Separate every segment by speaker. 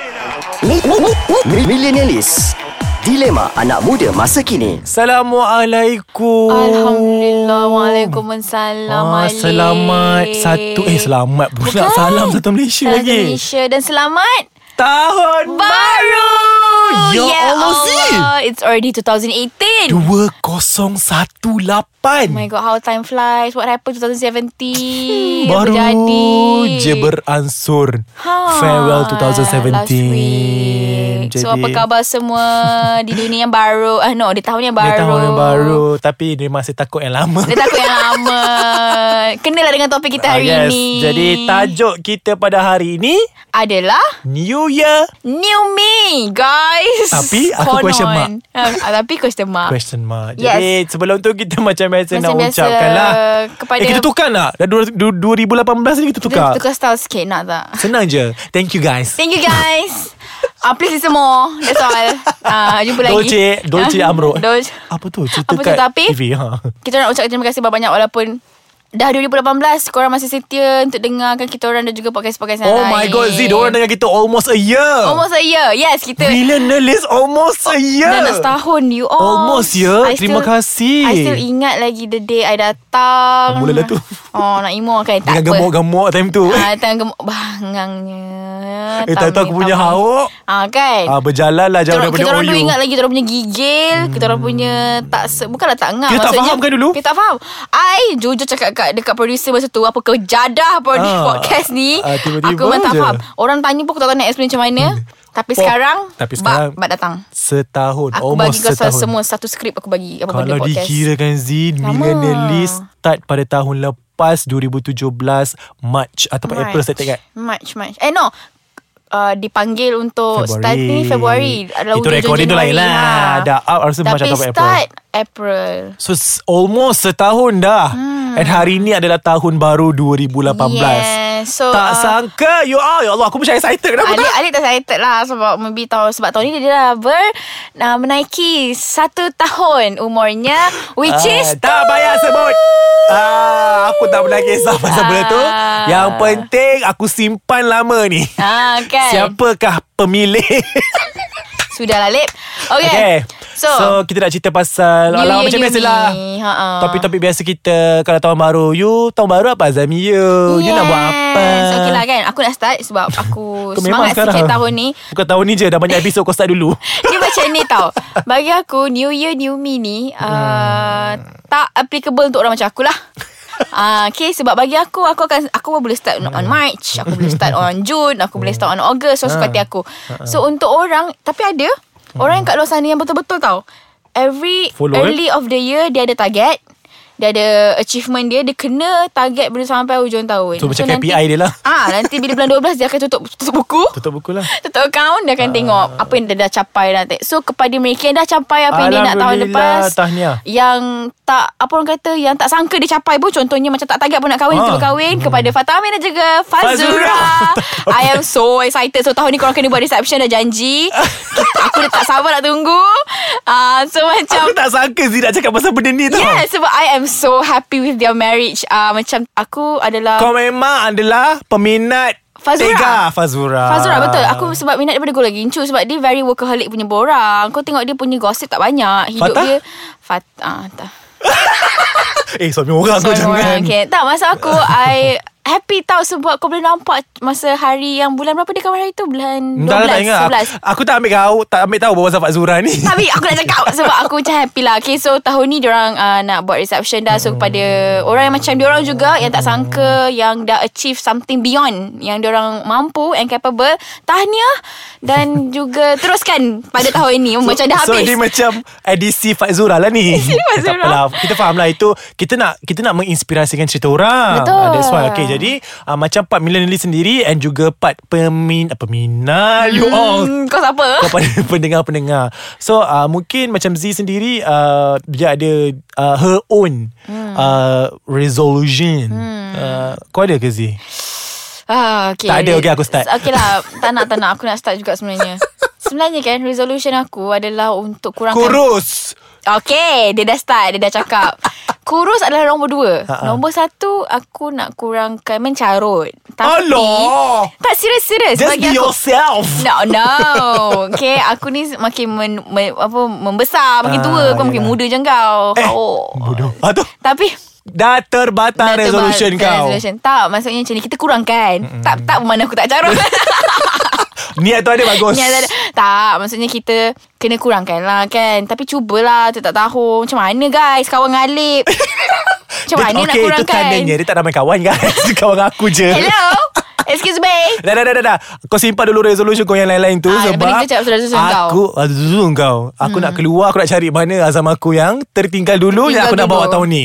Speaker 1: Mi- mi- mi- mi- Millenialis Dilema anak muda masa kini
Speaker 2: Assalamualaikum.
Speaker 3: Alhamdulillah Waalaikumsalam
Speaker 2: Oh. Ah,
Speaker 3: Alik.
Speaker 2: selamat satu eh selamat pula
Speaker 3: Bukan.
Speaker 2: salam satu Malaysia
Speaker 3: Selamat
Speaker 2: lagi.
Speaker 3: Malaysia Dan selamat
Speaker 2: Tahun
Speaker 3: Baru
Speaker 2: Ya Allah, Zee.
Speaker 3: Oh, It's already 2018
Speaker 2: 2018.
Speaker 3: Oh my god How time flies What happened 2017
Speaker 2: Baru
Speaker 3: Apa jadi
Speaker 2: je beransur
Speaker 3: Ha,
Speaker 2: Farewell
Speaker 3: last week.
Speaker 2: 2017
Speaker 3: So apa khabar semua Di dunia yang baru Ah No di tahun yang
Speaker 2: Dia
Speaker 3: baru
Speaker 2: tahun yang baru Tapi dia masih takut yang lama
Speaker 3: Dia takut yang lama Kenalah dengan topik kita hari
Speaker 2: Ah, yes.
Speaker 3: ini
Speaker 2: Jadi tajuk kita pada hari ini
Speaker 3: Adalah
Speaker 2: New Year
Speaker 3: New me guys
Speaker 2: Tapi, aku
Speaker 3: Konon.
Speaker 2: question mark.
Speaker 3: Ah, Tapi question mark
Speaker 2: Question mark
Speaker 3: Yes.
Speaker 2: Jadi sebelum tu kita macam biasa nak
Speaker 3: Macam biasa,
Speaker 2: ucapkan lah
Speaker 3: kepada-
Speaker 2: Eh kita tukar nak Dah dua- du- 2018 ni kita tukar
Speaker 3: Kita tukar style sikit nak tak
Speaker 2: Senang je Thank you guys
Speaker 3: Thank you guys uh, Please listen more That's all uh, Jumpa lagi
Speaker 2: Dolce Dolce
Speaker 3: Ah,
Speaker 2: Amro
Speaker 3: Dolce
Speaker 2: Apa tu Cerita
Speaker 3: Apa tu,
Speaker 2: kat
Speaker 3: tapi?
Speaker 2: TV ha.
Speaker 3: Kita nak ucapkan terima kasih banyak-banyak Walaupun Dah 2018 Korang masih setia Untuk dengarkan kita orang Dan juga podcast-podcast yang
Speaker 2: Oh
Speaker 3: lain
Speaker 2: my god Z Diorang dengan kita almost a year
Speaker 3: Almost a year Yes kita
Speaker 2: Millionaires almost a year
Speaker 3: Dah nak setahun you all
Speaker 2: Ya. Almost, ya.
Speaker 3: I
Speaker 2: Terima kasih.
Speaker 3: I still ingat lagi The day I datang
Speaker 2: Mulalah tu.
Speaker 3: Oh nak emo kan Tak
Speaker 2: Dengan
Speaker 3: apa
Speaker 2: gemuk-gemuk time tu
Speaker 3: Ah, tangan gemuk Bangangnya
Speaker 2: Eh tak tahu aku punya
Speaker 3: hawa
Speaker 2: hauk
Speaker 3: Ah kan
Speaker 2: ah, Berjalan lah jauh
Speaker 3: Kita orang,
Speaker 2: daripada
Speaker 3: kita orang dulu
Speaker 2: OU
Speaker 3: ingat lagi Kita orang punya gigil Kita orang punya tak se, Bukanlah tak ngam
Speaker 2: Kita tak faham kan dulu?
Speaker 3: Kita tak faham I jujur cakap kat, dekat producer masa tu Apa kau jadah apa di
Speaker 2: Ah,
Speaker 3: podcast ni
Speaker 2: ah, tiba-tiba
Speaker 3: Aku memang tak
Speaker 2: je. Hmm.
Speaker 3: faham Orang tanya pun aku tak tahu nak explain macam mana Tapi
Speaker 2: Pop.
Speaker 3: sekarang
Speaker 2: Tapi sekarang-
Speaker 3: Bak, bak datang
Speaker 2: Setahun
Speaker 3: Aku
Speaker 2: Almost
Speaker 3: bagi kau
Speaker 2: setahun
Speaker 3: semua Satu skrip aku bagi apa benda
Speaker 2: Kalau
Speaker 3: podcast.
Speaker 2: dikirakan Z
Speaker 3: Lama.
Speaker 2: Millionaires start pada tahun lepas 2017 March Atau
Speaker 3: March.
Speaker 2: April saya tengok
Speaker 3: March, March. Eh no. Uh, dipanggil untuk
Speaker 2: Februari.
Speaker 3: start ni Februari Adalah
Speaker 2: Itu
Speaker 3: hujung
Speaker 2: recording tu lain
Speaker 3: Januari
Speaker 2: lah Dah up Rasa
Speaker 3: Tapi
Speaker 2: March atau April
Speaker 3: start April
Speaker 2: So s- almost setahun dah hmm. And hari ni adalah tahun baru 2018
Speaker 3: Yes. So,
Speaker 2: Tak
Speaker 3: uh,
Speaker 2: sangka You all Ya Allah aku macam excited Kenapa
Speaker 3: Alik,
Speaker 2: tak
Speaker 3: Alik tak excited lah Sebab maybe tahu Sebab tahun ni dia dah ber uh, Menaiki Satu tahun Umurnya Which
Speaker 2: Ah,
Speaker 3: is
Speaker 2: Tak payah sebut Ah, aku tak pernah kisah pasal
Speaker 3: Ah.
Speaker 2: benda tu Yang penting Aku simpan lama ni
Speaker 3: Ah, kan
Speaker 2: Siapakah pemilih
Speaker 3: Sudahlah Lip Okay,
Speaker 2: Okay.
Speaker 3: Kan? So,
Speaker 2: so kita nak cerita pasal
Speaker 3: New
Speaker 2: Alah
Speaker 3: Year,
Speaker 2: macam
Speaker 3: new
Speaker 2: biasa lah
Speaker 3: me. Ha-ha.
Speaker 2: Topik-topik biasa kita Kalau tahun baru You tahun baru apa Azami you You nak buat apa
Speaker 3: Yes. Okay lah kan Aku nak start Sebab aku
Speaker 2: Kau memang
Speaker 3: Semangat sikit tahun ni
Speaker 2: Bukan tahun ni je Dah banyak episod kau start dulu
Speaker 3: Dia macam ni tau Bagi aku New Year New Me ni uh,
Speaker 2: Hmm.
Speaker 3: Tak applicable Untuk orang macam akulah Ah, okay sebab bagi aku Aku akan Aku boleh start on,
Speaker 2: Hmm.
Speaker 3: on March Aku boleh start on June Aku boleh start on August So suka hati aku
Speaker 2: Hmm.
Speaker 3: So untuk orang Tapi ada Orang yang kat luar sana Yang betul-betul tau Every
Speaker 2: Follow, eh?
Speaker 3: Early of the year Dia ada target Dia ada achievement dia Dia kena target Bila sampai hujung tahun
Speaker 2: So, macam KPI dia lah.
Speaker 3: Ah, Nanti bila bulan 12 Dia akan tutup, tutup buku
Speaker 2: Tutup buku lah
Speaker 3: Tutup account Dia akan tengok Apa yang dia dah capai dah. So kepada mereka Yang dah capai Apa yang dia nak tahun
Speaker 2: Alhamdulillah,
Speaker 3: lepas
Speaker 2: tahniah.
Speaker 3: Yang tak Apa orang kata Yang tak sangka dia capai pun Contohnya macam tak target pun nak kahwin
Speaker 2: Ah.
Speaker 3: Tiba kahwin Kepada Fatah Amin dan juga Fazura
Speaker 2: Fazura.
Speaker 3: I am so excited So tahun ni korang kena buat reception Dah janji Kita- Aku dah tak sabar nak tunggu Ah, So macam
Speaker 2: Aku tak sangka Zee nak cakap pasal benda ni tau
Speaker 3: Yeah sebab I am so happy With their marriage Ah, Macam aku adalah
Speaker 2: Kau memang adalah Peminat
Speaker 3: Fazura.
Speaker 2: Tega Fazura
Speaker 3: Fazura betul
Speaker 2: Ah.
Speaker 3: Aku sebab minat daripada Golden Gincu Sebab dia very workaholic punya borang Kau tengok dia punya gosip tak banyak Hidup
Speaker 2: Fatah?
Speaker 3: dia Fatah ah, tak.
Speaker 2: Eh suami orang kau
Speaker 3: Sorry
Speaker 2: jangan
Speaker 3: orang okay. Tak masa aku I happy tau Sebab kau boleh nampak Masa hari yang Bulan berapa dia kawan hari tu Bulan 12
Speaker 2: Dah lah tak ingat
Speaker 3: 11
Speaker 2: Aku tak ambil kau Tak ambil tahu Bawa Zafat Zura ni
Speaker 3: tapi aku nak cakap Sebab aku macam happy lah Okay so tahun ni Diorang uh, nak buat reception dah So kepada Orang yang macam diorang juga Yang tak sangka Yang dah achieve something beyond Yang diorang mampu And capable Tahniah Dan juga Teruskan Pada tahun ini Macam dah
Speaker 2: so,
Speaker 3: habis
Speaker 2: So dia macam edisi Fazura lah ni
Speaker 3: Edisi Fat Zura.
Speaker 2: Takpelah Kita faham lah itu Kita nak kita nak menginspirasikan cerita orang
Speaker 3: Betul.
Speaker 2: Ah, That's why okay, Jadi uh, macam part millennial sendiri And juga part pemin, uh, peminat You all
Speaker 3: hmm, Kau siapa?
Speaker 2: kepada pendengar-pendengar. So uh, mungkin macam Z sendiri uh, dia ada uh, her own hmm. uh, resolution. Hmm. Uh, kau ada ke Z?
Speaker 3: Ah, okay.
Speaker 2: Tak ada, okay, aku start.
Speaker 3: Okay lah Tak nak tak nak Aku nak start juga sebenarnya Sebenarnya kan Resolution aku adalah Untuk kurangkan
Speaker 2: Kurus.
Speaker 3: Okay Dia dah start Dia dah cakap Kurus adalah nombor dua
Speaker 2: Ha-ha.
Speaker 3: Nombor satu Aku nak kurangkan Mencarut Tapi
Speaker 2: Alah
Speaker 3: Tak serius-serius
Speaker 2: Just be
Speaker 3: bagi aku
Speaker 2: yourself
Speaker 3: No no Okay Aku ni makin men, men, apa, Membesar Makin
Speaker 2: Ah,
Speaker 3: tua Kau makin
Speaker 2: yelah.
Speaker 3: muda je kau
Speaker 2: Eh,
Speaker 3: oh.
Speaker 2: Bodoh ah, tu,
Speaker 3: Tapi
Speaker 2: Dah terbatal
Speaker 3: dah
Speaker 2: resolution
Speaker 3: terbatas
Speaker 2: kau
Speaker 3: resolution. Tak maksudnya macam ni Kita kurangkan mm-hmm. Tak tak bermakna aku tak carut
Speaker 2: Niat tu ada bagus
Speaker 3: Ni ada, Tak maksudnya kita Kena kurangkan lah kan Tapi cubalah Kita tak tahu Macam mana guys Kawan ngalip Macam
Speaker 2: Dia-
Speaker 3: mana nak
Speaker 2: okay, itu
Speaker 3: kurangkan
Speaker 2: tandanya Dia tak ramai kawan guys Kawan aku je
Speaker 3: Hello Excuse me
Speaker 2: Dah, dah, dah, dah, dah. Kau simpan dulu resolution kau yang lain-lain tu
Speaker 3: Ah, yang
Speaker 2: sebab
Speaker 3: penting kita cakap pasal resolution kau. Hmm.
Speaker 2: aku resolution kau. Aku nak keluar, aku nak cari mana azam aku yang tertinggal dulu yang
Speaker 3: Tertinggal
Speaker 2: aku nak
Speaker 3: dulu.
Speaker 2: bawa tahun ni.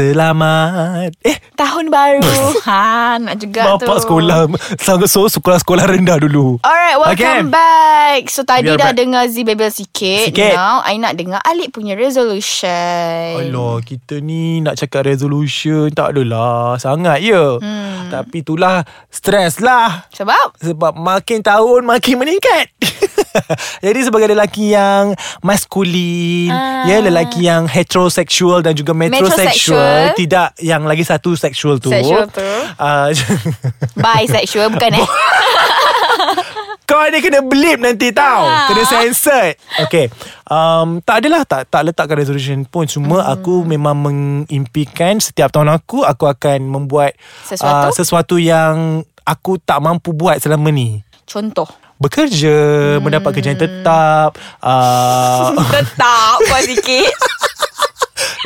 Speaker 2: Selamat. Eh,
Speaker 3: Tahun baru Ha nak juga tu
Speaker 2: bapak sekolah sangat so sekolah-sekolah rendah dulu.
Speaker 3: Alright,
Speaker 2: Okay.
Speaker 3: welcome back. So tadi
Speaker 2: We are
Speaker 3: dah
Speaker 2: back.
Speaker 3: dengar Z Babel sikit.
Speaker 2: Sikit.
Speaker 3: Now, I nak dengar Alik punya resolution.
Speaker 2: Alah, kita ni nak cakap resolution tak adalah sangat ya. Hmm. Tapi itulah stres lah.
Speaker 3: Sebab?
Speaker 2: Sebab makin tahun makin meningkat. Jadi sebagai lelaki yang maskulin,
Speaker 3: Ah.
Speaker 2: ya lelaki yang heteroseksual dan juga metroseksual,
Speaker 3: Metroseksual.
Speaker 2: tidak yang lagi satu seksual tu.
Speaker 3: Seksual tu.
Speaker 2: Uh,
Speaker 3: Bisexual bukan eh?
Speaker 2: kau ni kena blip nanti tau.
Speaker 3: Ah.
Speaker 2: Kena censored. Okay. Um, tak adalah tak tak letakkan resolution pun. Cuma
Speaker 3: Hmm.
Speaker 2: aku memang mengimpikan setiap tahun aku aku akan membuat
Speaker 3: Sesuatu?
Speaker 2: ah, sesuatu yang aku tak mampu buat selama ni.
Speaker 3: Contoh.
Speaker 2: bekerja, hmm. mendapat kerjaan tetap. Uh,
Speaker 3: Tetap kau sikit.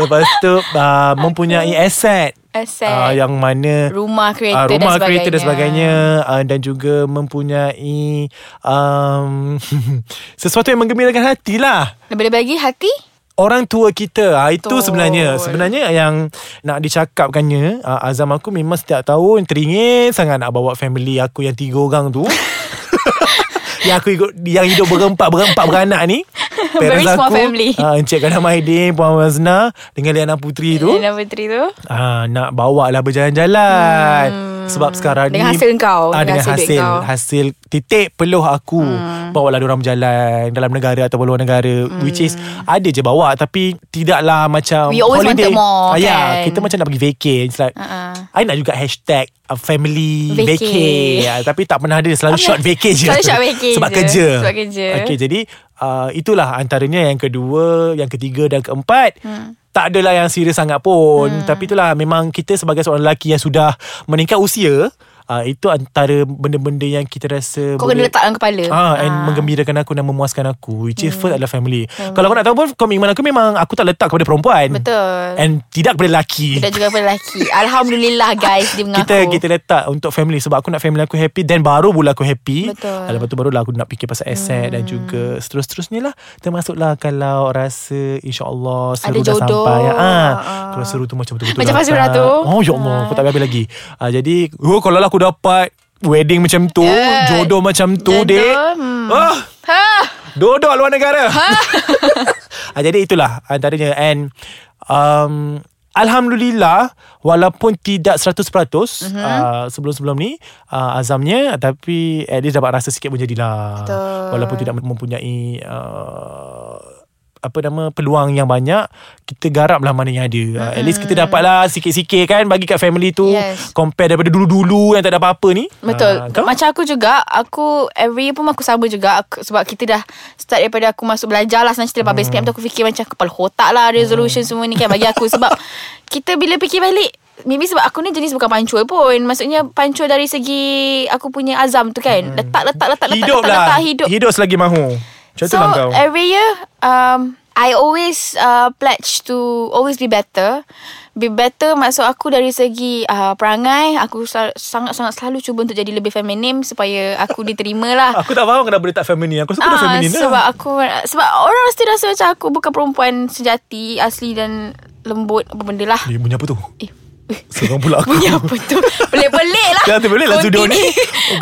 Speaker 2: lepas tu uh, mempunyai aset.
Speaker 3: Aset.
Speaker 2: Uh, yang mana
Speaker 3: Rumah, kereta
Speaker 2: ah,
Speaker 3: dan
Speaker 2: rumah
Speaker 3: sebagainya.
Speaker 2: kereta dan sebagainya uh, dan juga mempunyai um, sesuatu yang menggembirakan hati lah
Speaker 3: Lebih-lebih lagi hati?
Speaker 2: orang tua kita ha, itu
Speaker 3: Betul.
Speaker 2: sebenarnya sebenarnya yang nak dicakapkannya ha, azam aku memang setiap tahun teringin sangat nak bawa family aku yang tiga orang tu yang aku ikut yang hidup berempat berempat beranak ni
Speaker 3: Very small family.
Speaker 2: ha, Encik Kadam Aidin Puan Wazna dengan Liana Putri tu
Speaker 3: Lena Putri tu.
Speaker 2: ha, nak bawa lah berjalan-jalan sebab sekarang
Speaker 3: Hmm. Dengan
Speaker 2: ni
Speaker 3: hasil kau,
Speaker 2: ah, dengan
Speaker 3: dengan hasil duit
Speaker 2: hasil
Speaker 3: kau.
Speaker 2: hasil titik peluh aku hmm. bawa lah orang berjalan dalam negara ataupun luar negara hmm. which is ada je bawa tapi tidaklah macam
Speaker 3: We always
Speaker 2: holiday.
Speaker 3: wanted
Speaker 2: Ah,
Speaker 3: more,
Speaker 2: ya,
Speaker 3: kan?
Speaker 2: kita macam nak pergi vacay it's like
Speaker 3: Uh-uh.
Speaker 2: I nak juga hashtag uh, family
Speaker 3: Vacay.
Speaker 2: vacay ya, tapi tak pernah ada selalu
Speaker 3: Apa?
Speaker 2: short vacay je
Speaker 3: Selalu short vacay
Speaker 2: sebab
Speaker 3: je.
Speaker 2: kerja Ah,
Speaker 3: Sebab kerja.
Speaker 2: okay, jadi uh, itulah antaranya yang kedua yang ketiga dan keempat hmm. tak adalah yang serius sangat pun hmm. tapi itulah memang kita sebagai seorang lelaki yang sudah meningkat usia uh, itu antara benda-benda yang kita rasa
Speaker 3: Kau kena letak dalam kepala.
Speaker 2: Ah, and menggembirakan aku dan memuaskan aku Which is first adalah family Kalau kau nak tahu pun Komitmen aku memang Aku tak letak kepada perempuan
Speaker 3: Betul.
Speaker 2: And tidak kepada lelaki
Speaker 3: Dan juga pada lelaki. Alhamdulillah guys dia mengaku.
Speaker 2: kita kita letak untuk family sebab aku nak family aku happy then baru pula aku happy
Speaker 3: Betul.
Speaker 2: Ah, lepas tu barulah aku nak fikir pasal aset hmm. dan juga seterus-terusnya lah termasuklah kalau rasa insyaallah seru
Speaker 3: Ada
Speaker 2: dah
Speaker 3: jodoh.
Speaker 2: sampai ya. ah
Speaker 3: Ah.
Speaker 2: kalau seru tu macam betul-betul
Speaker 3: Macam
Speaker 2: datang.
Speaker 3: Fazura tu.
Speaker 2: oh ya Allah aku tak habis lagi ah, jadi oh, kalau lah aku dapat wedding macam tu
Speaker 3: Eh,
Speaker 2: jodoh macam tu
Speaker 3: jodoh,
Speaker 2: dek
Speaker 3: hmm.
Speaker 2: ah
Speaker 3: Ha.
Speaker 2: dodok luar negara Ah, Jadi itulah antaranya And um, Alhamdulillah Walaupun tidak 100%
Speaker 3: Mhm.
Speaker 2: mm-hmm. uh, Sebelum-sebelum ni uh, Azamnya Tapi At least dapat rasa sikit pun jadilah
Speaker 3: Betul.
Speaker 2: Walaupun tidak mempunyai uh, apa nama peluang yang banyak kita garaplah mana yang ada mm. at least kita dapatlah sikit-sikit kan bagi kat family tu
Speaker 3: Mhm. Yes.
Speaker 2: compare daripada dulu-dulu yang tak ada apa-apa ni Ah,
Speaker 3: Betul.
Speaker 2: kau?
Speaker 3: Uh, Macam aku juga, aku every year pun aku sama juga aku, sebab kita dah start daripada aku masuk belajar lah sebenarnya lepas hmm. SPM tu aku fikir macam kepala otak lah resolution
Speaker 2: Hmm.
Speaker 3: semua ni kan bagi aku sebab kita bila fikir balik Maybe sebab aku ni jenis bukan pancul pun Maksudnya pancul dari segi Aku punya azam tu kan Letak, letak, letak, letak,
Speaker 2: Hmm. hidup
Speaker 3: letak,
Speaker 2: lah
Speaker 3: letak, hidup
Speaker 2: hidup selagi mahu macam tu
Speaker 3: So
Speaker 2: lah kau
Speaker 3: every year um, I always uh, pledge to always be better Be better maksud aku dari segi uh, perangai Aku sel- sangat-sangat selalu cuba untuk jadi lebih feminim Supaya aku diterima lah
Speaker 2: Aku tak faham kenapa dia tak feminin Aku rasa aku dah
Speaker 3: Ah,
Speaker 2: feminin
Speaker 3: sebab
Speaker 2: lah
Speaker 3: aku sebab orang mesti rasa macam aku bukan perempuan sejati asli dan lembut apa benda lah.
Speaker 2: Eh bunyi apa tu
Speaker 3: Eh,
Speaker 2: Seorang pula aku
Speaker 3: Bunyi apa tu Pelik-pelik lah
Speaker 2: Dah terpelik lah
Speaker 3: Konti
Speaker 2: studio ni.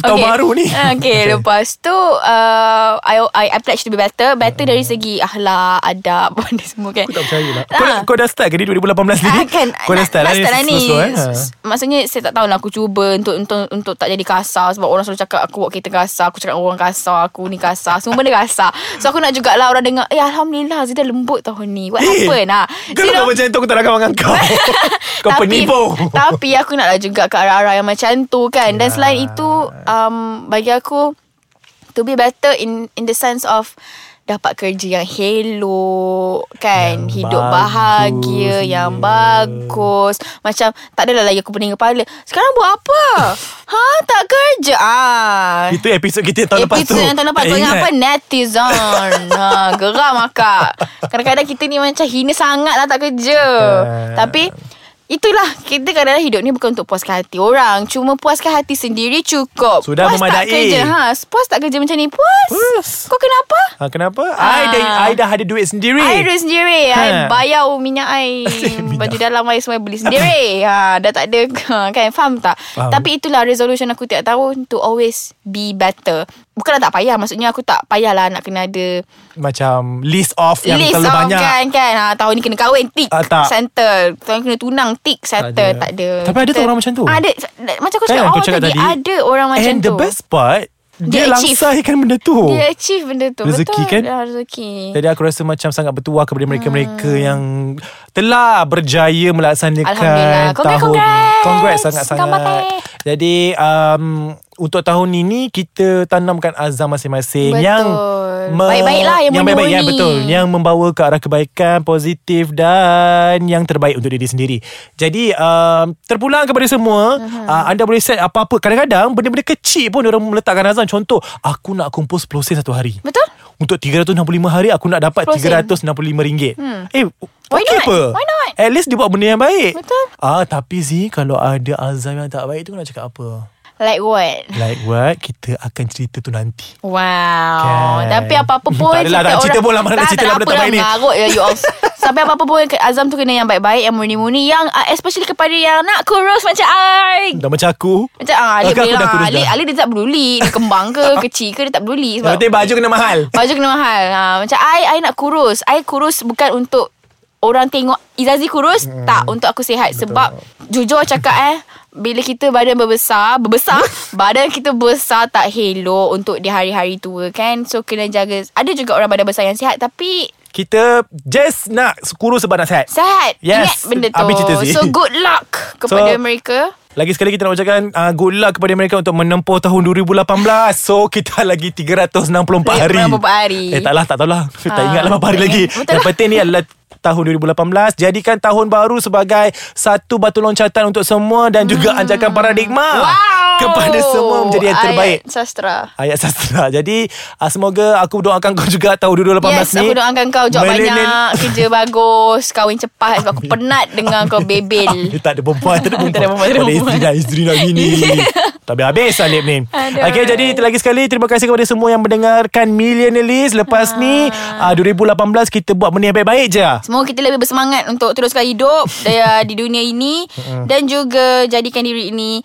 Speaker 2: Tahun baru ni.
Speaker 3: Ah,
Speaker 2: Okay.
Speaker 3: Okay lepas tu uh, I, I, I pledge to be better Better dari segi Ahlak Adab Benda semua kan
Speaker 2: Aku tak percaya lah
Speaker 3: Ah.
Speaker 2: kau, kau dah start ke ni 2018 ni
Speaker 3: Ah, kan
Speaker 2: Kau dah start lah
Speaker 3: nak start lah ni
Speaker 2: slow-slow, eh? Ha.
Speaker 3: S- Maksudnya saya tak tahu lah Aku cuba untuk, untuk untuk tak jadi kasar Sebab orang selalu cakap Aku buat kereta kasar Aku cakap orang kasar Aku ni kasar Semua benda kasar So aku nak jugalah orang dengar Eh Alhamdulillah Zida lembut tahun ni What
Speaker 2: Eh,
Speaker 3: happened lah
Speaker 2: Kalau kau macam tu Aku tak nak kawan dengan kau Kau penipu
Speaker 3: Tapi aku nak lah juga ke arah-arah yang macam tu kan. Dan selain itu um, bagi aku to be better in in the sense of dapat kerja yang hello kan
Speaker 2: Yang
Speaker 3: hidup
Speaker 2: bagus,
Speaker 3: bahagia yang
Speaker 2: ya.
Speaker 3: bagus macam tak adalah lagi aku pening kepala sekarang buat apa ha tak kerja ah
Speaker 2: Itu episod kita yang tahun lepas tu
Speaker 3: Episod yang tahun lepas tu
Speaker 2: Tak
Speaker 3: Ingat
Speaker 2: ingat.
Speaker 3: apa Netizen ha, Geram akak Kadang-kadang kita ni Macam hina sangat lah Tak kerja
Speaker 2: Betul.
Speaker 3: Tapi Itulah Kita kadang-kadang hidup ni Bukan untuk puaskan hati orang Cuma puaskan hati sendiri cukup
Speaker 2: Sudah
Speaker 3: puas tak
Speaker 2: memadai.
Speaker 3: kerja ha, Puas tak kerja macam ni Puas,
Speaker 2: Puas.
Speaker 3: Kau kenapa?
Speaker 2: ha, Kenapa I, dah, I dah ada duit sendiri
Speaker 3: Ah. I duit sendiri
Speaker 2: Ha.
Speaker 3: ha. I bayar minyak I
Speaker 2: Minyak.
Speaker 3: Baju dalam I semua I beli sendiri ha, Dah tak ada ha, Kan faham tak
Speaker 2: Faham.
Speaker 3: Tapi itulah resolution aku tiap tahun To always be better Bukanlah tak payah Maksudnya aku tak payahlah Nak kena ada
Speaker 2: Macam list off Yang
Speaker 3: List
Speaker 2: terlalu
Speaker 3: tau,
Speaker 2: banyak
Speaker 3: kan, kan ha, Tahun ni kena kahwin Tick
Speaker 2: Ah, tak.
Speaker 3: Settle Tahun ni kena tunang Tick Settle
Speaker 2: Tak
Speaker 3: Tak
Speaker 2: ada.
Speaker 3: ada, tak ada. Ah,
Speaker 2: Tapi ada tak orang macam tu?
Speaker 3: Ada Macam aku
Speaker 2: Kan
Speaker 3: cakap,
Speaker 2: aku
Speaker 3: awal
Speaker 2: cakap tadi,
Speaker 3: Ada orang macam
Speaker 2: And
Speaker 3: tu
Speaker 2: the best part Dia,
Speaker 3: Dia achieve.
Speaker 2: langsaikan benda tu
Speaker 3: Dia achieve benda tu
Speaker 2: Rezeki,
Speaker 3: Betul
Speaker 2: kan?
Speaker 3: Ah, Rezeki
Speaker 2: Jadi aku rasa macam sangat bertuah kepada mereka-mereka hmm. yang telah berjaya melaksanakan
Speaker 3: Alhamdulillah. Congrats,
Speaker 2: tahun.
Speaker 3: congrats.
Speaker 2: Congrats sangat-sangat.
Speaker 3: Selamat, eh.
Speaker 2: Jadi um, untuk tahun ini kita tanamkan azam masing-masing
Speaker 3: Betul.
Speaker 2: yang
Speaker 3: Baik-baiklah, yang
Speaker 2: baik-baik ya
Speaker 3: menuruni.
Speaker 2: betul yang membawa ke arah kebaikan positif dan yang terbaik untuk diri sendiri. Jadi um, terpulang kepada semua uh-huh.
Speaker 3: Hmm.
Speaker 2: uh, anda boleh set apa-apa kadang-kadang benda-benda kecil pun orang meletakkan azam contoh aku nak kumpul 10 sen satu hari.
Speaker 3: Betul
Speaker 2: Untuk 365 hari Aku nak dapat
Speaker 3: Frozen.
Speaker 2: RM365 hmm. Eh
Speaker 3: Why
Speaker 2: okay
Speaker 3: not?
Speaker 2: apa
Speaker 3: Why not?
Speaker 2: At least dia buat benda yang baik
Speaker 3: Betul.
Speaker 2: Ah, Tapi Zee Kalau ada azam yang tak baik tu Kau nak cakap apa
Speaker 3: Like what
Speaker 2: Like what Kita akan cerita tu nanti
Speaker 3: Wow
Speaker 2: Kan.
Speaker 3: kan. Tapi apa-apa pun
Speaker 2: Tak adalah, tak nak cerita pun lah, mana nak cerita lah benda tak baik ni.
Speaker 3: Garut ya you all Sampai apa-apa pun ke- Azam tu kena yang baik-baik Yang murni-murni Yang uh, especially kepada yang Nak kurus macam I
Speaker 2: Dah macam aku
Speaker 3: Macam ah, Ali
Speaker 2: Aku-
Speaker 3: boleh
Speaker 2: aku dah kurus
Speaker 3: lah
Speaker 2: dah.
Speaker 3: Ali, Ali dia tak peduli Dia kembang ke Kecil ke Dia tak peduli
Speaker 2: Yang
Speaker 3: sebab
Speaker 2: penting baju kena mahal
Speaker 3: Baju kena mahal ha, Macam I I nak kurus I kurus bukan untuk Orang tengok Izazi kurus hmm. Tak Untuk aku sihat Betul. Sebab Jujur cakap eh Bila kita badan berbesar Berbesar Badan kita besar Tak hello Untuk di hari-hari tua kan So kena jaga Ada juga orang badan besar yang sihat Tapi
Speaker 2: Kita Just nak Kurus sebab nak sihat
Speaker 3: Sihat
Speaker 2: Yes.
Speaker 3: Ingat benda tu
Speaker 2: Habis cerita, Zee.
Speaker 3: So good luck
Speaker 2: So-
Speaker 3: Kepada mereka
Speaker 2: lagi sekali kita nak ucapkan uh, Good luck kepada mereka Untuk menempuh tahun 2018 So kita lagi 364 hari
Speaker 3: Berapa hari.
Speaker 2: Eh taklah tak tahulah uh, Tak
Speaker 3: Ah,
Speaker 2: ingat lah berapa hari
Speaker 3: tak
Speaker 2: lagi
Speaker 3: ingat. Betul
Speaker 2: Yang
Speaker 3: lah.
Speaker 2: penting ni adalah tahun 2018 Jadikan tahun baru sebagai Satu batu loncatan untuk semua Dan juga anjakan paradigma
Speaker 3: Hmm. Wow
Speaker 2: ah, Kepada semua menjadi yang terbaik
Speaker 3: Ayat sastra
Speaker 2: Ayat sastra Jadi uh, semoga aku doakan kau juga Tahun 2018
Speaker 3: Yes,
Speaker 2: ni
Speaker 3: aku doakan kau job
Speaker 2: millennial-
Speaker 3: banyak, kerja bagus, kahwin cepat sebab aku penat dengan kau
Speaker 2: Dia
Speaker 3: bebel.
Speaker 2: tak ada perempuan Tak ada perempuan,
Speaker 3: Tak ada perempuan, tak ada
Speaker 2: Boleh
Speaker 3: perempuan.
Speaker 2: isteri dah Isteri dah bini Tak habis-habis lah, Salib ni
Speaker 3: Aduh.
Speaker 2: Okay jadi itu lagi sekali Terima kasih kepada semua Yang mendengarkan Millionaires Lepas ni
Speaker 3: Ah.
Speaker 2: uh, 2018 kita buat benda yang baik-baik je
Speaker 3: Semoga kita lebih bersemangat untuk teruskan hidup dia- di dunia ini dan juga jadikan diri ini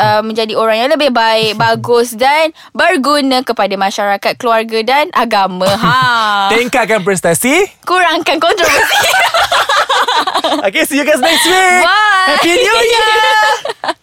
Speaker 3: uh, menjadi orang yang lebih baik, bagus dan berguna kepada masyarakat, keluarga dan agama. Ha.
Speaker 2: Tingkatkan prestasi
Speaker 3: Kurangkan kontroversi.
Speaker 2: Okay see you guys next week
Speaker 3: Bye.
Speaker 2: Happy New Year